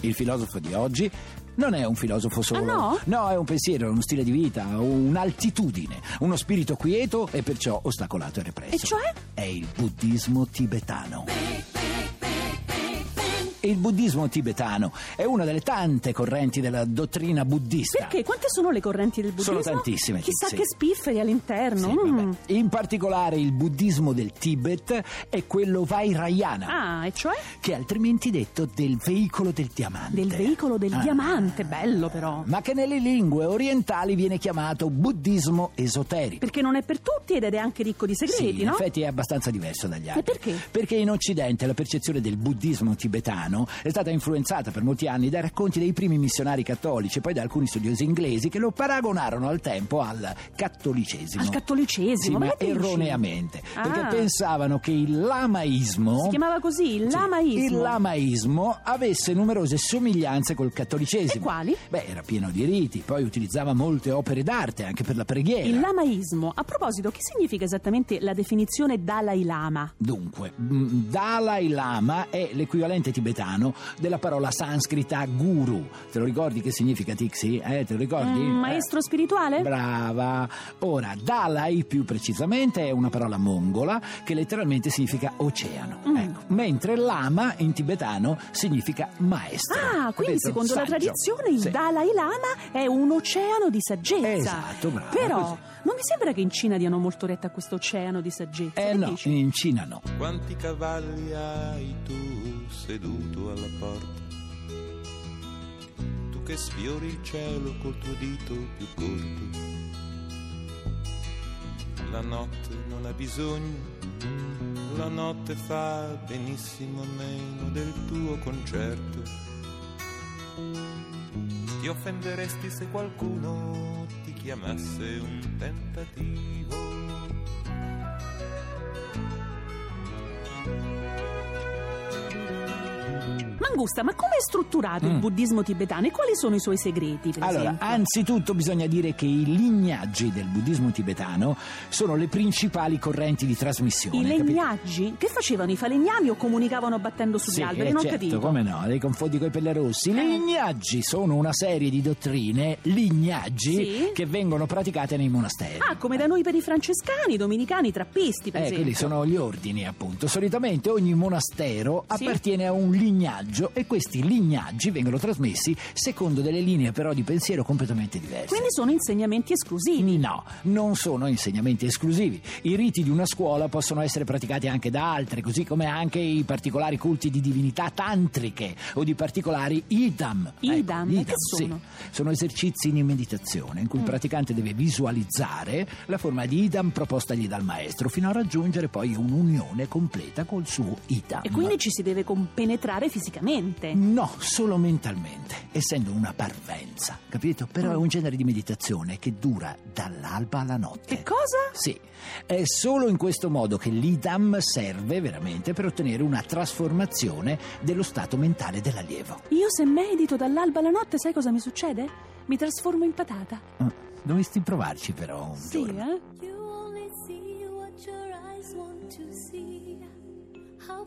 Il filosofo di oggi non è un filosofo solo. Ah, no? è un pensiero, uno stile di vita, un'altitudine, uno spirito quieto e perciò ostacolato e represso. E cioè? È il buddismo tibetano. Il buddismo tibetano è una delle tante correnti della dottrina buddista. Perché? Quante sono le correnti del buddismo? Sono tantissime, sì, Chissà sì. che spifferi all'interno. Sì, Mm. vabbè. In particolare il buddismo del Tibet è quello Vairayana, Ah, e cioè? che è altrimenti detto del veicolo del diamante. Del veicolo del Ah. diamante, bello però. Ma che nelle lingue orientali viene chiamato buddismo esoterico. Perché non è per tutti ed è anche ricco di segreti, sì, in no? effetti è abbastanza diverso dagli altri. perché? Perché in Occidente la percezione del buddismo tibetano è stata influenzata per molti anni dai racconti dei primi missionari cattolici e poi da alcuni studiosi inglesi che lo paragonarono al tempo al cattolicesimo. Al cattolicesimo, ma ma che dici? erroneamente, Ah. perché pensavano che il lamaismo Si chiamava così, il Sì, lamaismo. il lamaismo avesse numerose somiglianze col cattolicesimo. E quali? Beh, era pieno di riti, poi utilizzava molte opere d'arte anche per la preghiera. Il lamaismo. A proposito, che significa esattamente la definizione Dalai Lama? Dunque, mm, Dalai Lama è l'equivalente tibetano della parola sanscrita guru. Te lo ricordi che significa Tixi? Eh, te lo ricordi? Un Eh. Mm, maestro spirituale? Brava. Ora, Dalai più precisamente è una parola mongola che letteralmente significa oceano. Mm. Ecco. Mentre lama in tibetano significa maestro. Ah, quindi Detto secondo la saggio. tradizione il Sì. Dalai Lama è un oceano di saggezza. Esatto, brava, Però così. non mi sembra che in Cina diano molto retta a questo oceano di saggezza. Eh che no, dici? in Cina no. Quanti cavalli hai tu seduto alla porta? Tu che sfiori il cielo col tuo dito più corto. La notte non ha bisogno, la notte fa benissimo a meno del tuo concerto. Ti offenderesti se qualcuno ti chiamasse un tentativo. Mangusta, ma come è strutturato il Mm. buddismo tibetano e quali sono i suoi segreti? Per Allora, esempio? anzitutto bisogna dire che i lignaggi del buddismo tibetano sono le principali correnti di trasmissione. I capito? legnaggi? Che facevano? I falegnami o comunicavano battendo sugli Sì, alberi? eh, non certo, capito. Eh. come no, li confondi coi pellerossi. I lignaggi sono una serie di dottrine, lignaggi, Sì. che vengono praticate nei monasteri. Ah, come da noi per i francescani, i dominicani, i trappisti, per Eh, esempio. quelli sono gli ordini, appunto. Solitamente ogni monastero Sì. appartiene a un lignaggio e questi lignaggi vengono trasmessi secondo delle linee però di pensiero completamente diverse. Quindi sono insegnamenti esclusivi. No, non sono insegnamenti esclusivi. I riti di una scuola possono essere praticati anche da altre, così come anche i particolari culti di divinità tantriche o di particolari idam. Idam? Ecco, E che sono? Mm. sì. Sono esercizi in meditazione in cui il praticante deve visualizzare la forma di idam propostagli dal maestro fino a raggiungere poi un'unione completa col suo idam. E quindi ci si deve compenetrare fisicamente. No, solo mentalmente, essendo una parvenza, capito? Però Mm. è un genere di meditazione che dura dall'alba alla notte. Che cosa? Sì, è solo in questo modo che l'idam serve veramente per ottenere una trasformazione dello stato mentale dell'allievo. Io se medito dall'alba alla notte, sai cosa mi succede? Mi trasformo in patata. Mm, Dovresti provarci però un Sì, giorno. eh? You only see what your eyes want to see. How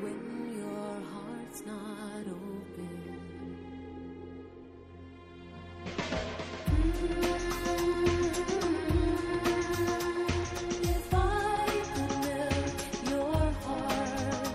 when your heart's not open. If I could melt your heart,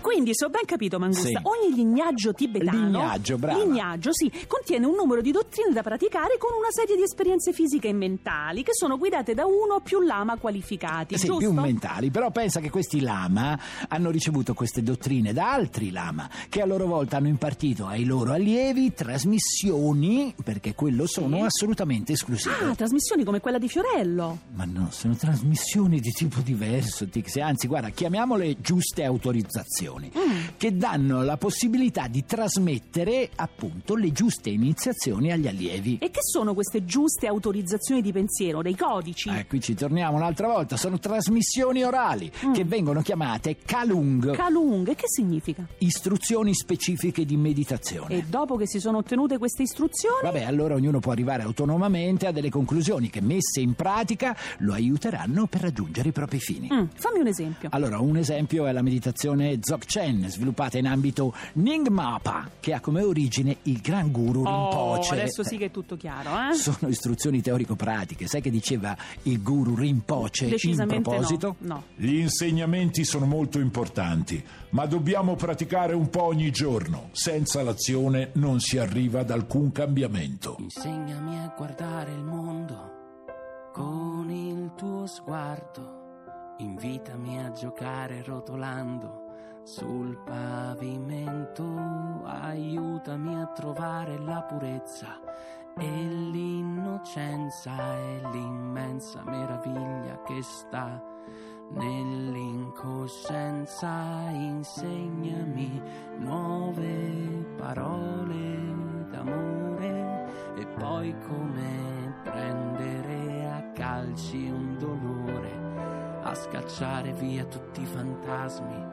Quindi Quindi, se ho ben capito, Mangusta, Sì. ogni lignaggio tibetano. Lignaggio, brava. Lignaggio, sì, contiene un numero di dottrine da praticare con una serie di esperienze fisiche e mentali che sono guidate da uno o più lama qualificati. Sì, giusto? più mentali, però pensa che questi lama hanno ricevuto queste dottrine da altri lama che a loro volta hanno impartito ai loro allievi trasmissioni, perché quello sono assolutamente esclusive. Ah, trasmissioni come quella di Fiorello. Ma no, sono trasmissioni di tipo diverso, Tix, anzi guarda, chiamiamole giuste autorizzazioni, che danno la possibilità di trasmettere appunto le giuste iniziazioni agli allievi. E che sono queste giuste autorizzazioni di pensiero, dei codici? Eh, qui ci torniamo un'altra volta, sono trasmissioni orali Mm. che vengono chiamate Kalung, Kalung, e che significa? istruzioni specifiche di E meditazione. dopo che si sono ottenute queste istruzioni, Vabbè, allora ognuno può arrivare autonomamente a delle conclusioni che messe in pratica lo aiuteranno per raggiungere i propri fini. Mm, fammi un esempio. Allora, un esempio è la meditazione Dzogchen, sviluppata in ambito Nyingmapa, che ha come origine il gran guru Oh, Rinpoche. adesso sì che è tutto chiaro, eh? Sono istruzioni teorico-pratiche. Sai che diceva il guru Rinpoche in Decisamente proposito? no. no. Gli insegnamenti sono molto importanti, ma dobbiamo praticare un po' ogni giorno. Senza l'azione non si arriva ad alcun cambiamento. Insegnami a guardare il mondo con il tuo sguardo. Invitami a giocare rotolando sul pavimento. Aiutami a trovare la purezza e l'innocenza e l'immensa meraviglia che sta nell'incoscienza. Insegnami nuove parole d'amore e poi come prendere a calci un dolore, a scacciare via tutti i fantasmi,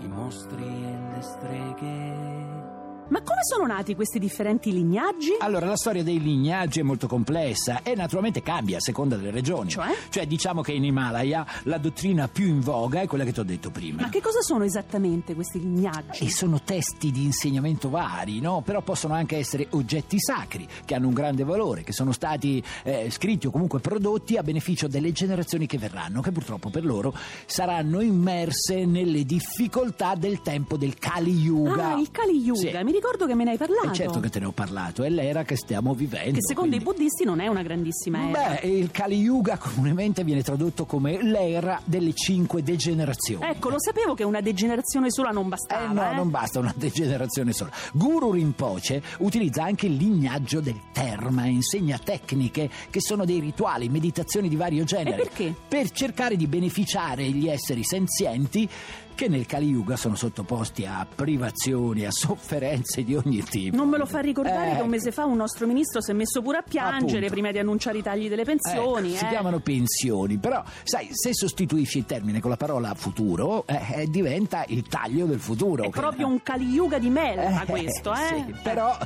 i mostri e le streghe. Ma come sono nati questi differenti lignaggi? Allora, la storia dei lignaggi è molto complessa e naturalmente cambia a seconda delle regioni. Cioè? diciamo che in Himalaya la dottrina più in voga è quella che ti ho detto prima. Ma che cosa sono esattamente questi lignaggi? E sono testi di insegnamento vari, no? Però possono anche essere oggetti sacri che hanno un grande valore, che sono stati eh, scritti o comunque prodotti a beneficio delle generazioni che verranno, che purtroppo per loro saranno immerse nelle difficoltà del tempo del Kali Yuga. Ah, il Kali Yuga, Sì. mi ricordo che me ne hai parlato. E certo che te ne ho parlato, è l'era che stiamo vivendo. Che secondo quindi- i buddisti non è una grandissima era. Beh, il Kali Yuga comunemente viene tradotto come l'era delle cinque degenerazioni. Ecco, lo sapevo che una degenerazione sola non bastava. Eh no, non basta una degenerazione sola. Guru Rinpoche utilizza anche il lignaggio del terma, insegna tecniche che sono dei rituali, meditazioni di vario genere. Eh, perché? Per cercare di beneficiare gli esseri senzienti che nel Kali Yuga sono sottoposti a privazioni, a sofferenze di ogni tipo. Non me lo fa ricordare che Ecco. un mese fa un nostro ministro si è messo pure a piangere Appunto. prima di annunciare i tagli delle pensioni. Ecco, Si eh. chiamano pensioni, però sai, se sostituisci il termine con la parola futuro, eh, eh, diventa il taglio del futuro. È che- proprio un Kali Yuga di melma Eh, questo, eh? sì, però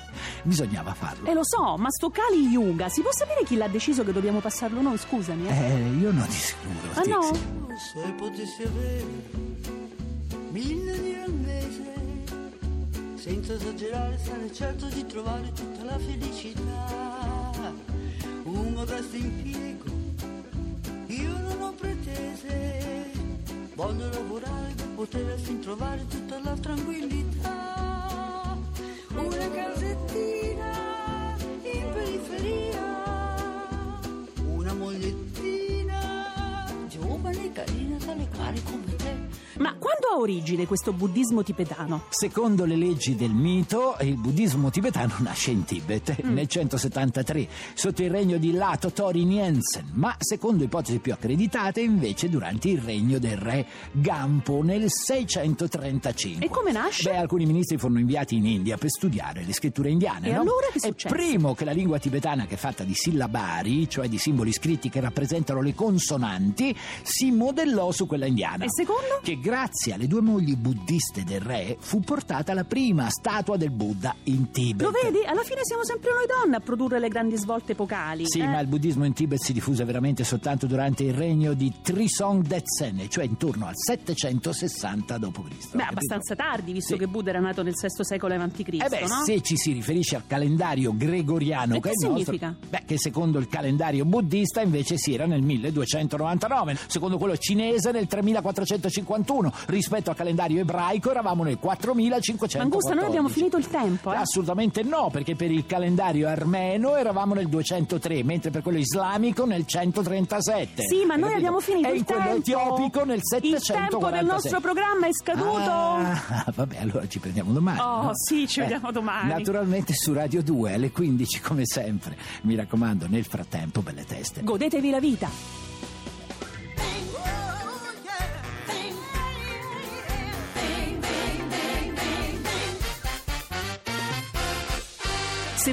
bisognava farlo. E lo so, ma sto Kali Yuga, si può sapere chi l'ha deciso che dobbiamo passarlo noi? Scusami, eh. Eh, io no di sicuro. Ah no? Tix. Se potessi avere mille lire al mese, senza esagerare, sarei certo di trovare tutta la felicità. Un modesto impiego, io non ho pretese, voglio lavorare per poter fin trovare tutta la tranquillità. Una casettina in periferia, una mogliettina giovane e carina tale cari come te Ma quando ha origine questo buddismo tibetano? Secondo le leggi del mito, il buddismo tibetano nasce in Tibet Mm. nel 173 sotto il regno di Lato Tori Nyensen, ma secondo ipotesi più accreditate invece durante il regno del re Gampo nel 635. E come nasce? Beh, alcuni ministri furono inviati in India per studiare le scritture indiane. E no? allora che È successe? primo che la lingua tibetana, che è fatta di sillabari, cioè di simboli scritti che rappresentano le consonanti, si modellò su quella indiana. E secondo? Che grazie alle due mogli buddiste del re fu portata la prima statua del Buddha in Tibet. Lo vedi? Alla fine siamo sempre noi donne a produrre le grandi svolte epocali. Sì, eh? ma il buddismo in Tibet si diffuse veramente soltanto durante il regno di Trisong Detsen, cioè intorno al 760 d.C. Beh, abbastanza tardi, visto Sì. che Buddha era nato nel VI secolo a.C., Eh beh, no? se ci si riferisce al calendario gregoriano E che, che è il nostro- significa? beh, che secondo il calendario buddista invece si era nel 1299, secondo quello cinese nel 3451, rispetto rispetto al calendario ebraico eravamo nel 4514. Mangusta, noi abbiamo finito il tempo, eh? Assolutamente no, perché per il calendario armeno eravamo nel 203, mentre per quello islamico nel 137. Sì, ma noi Hai capito? abbiamo finito e il in tempo. quello etiopico nel 746. Il tempo del nostro programma è scaduto. Ah, vabbè, allora ci prendiamo domani. Oh, no? Eh, sì, ci vediamo domani. Naturalmente su Radio 2 alle 15 come sempre. Mi raccomando, nel frattempo, belle teste. Godetevi la vita. oh, Se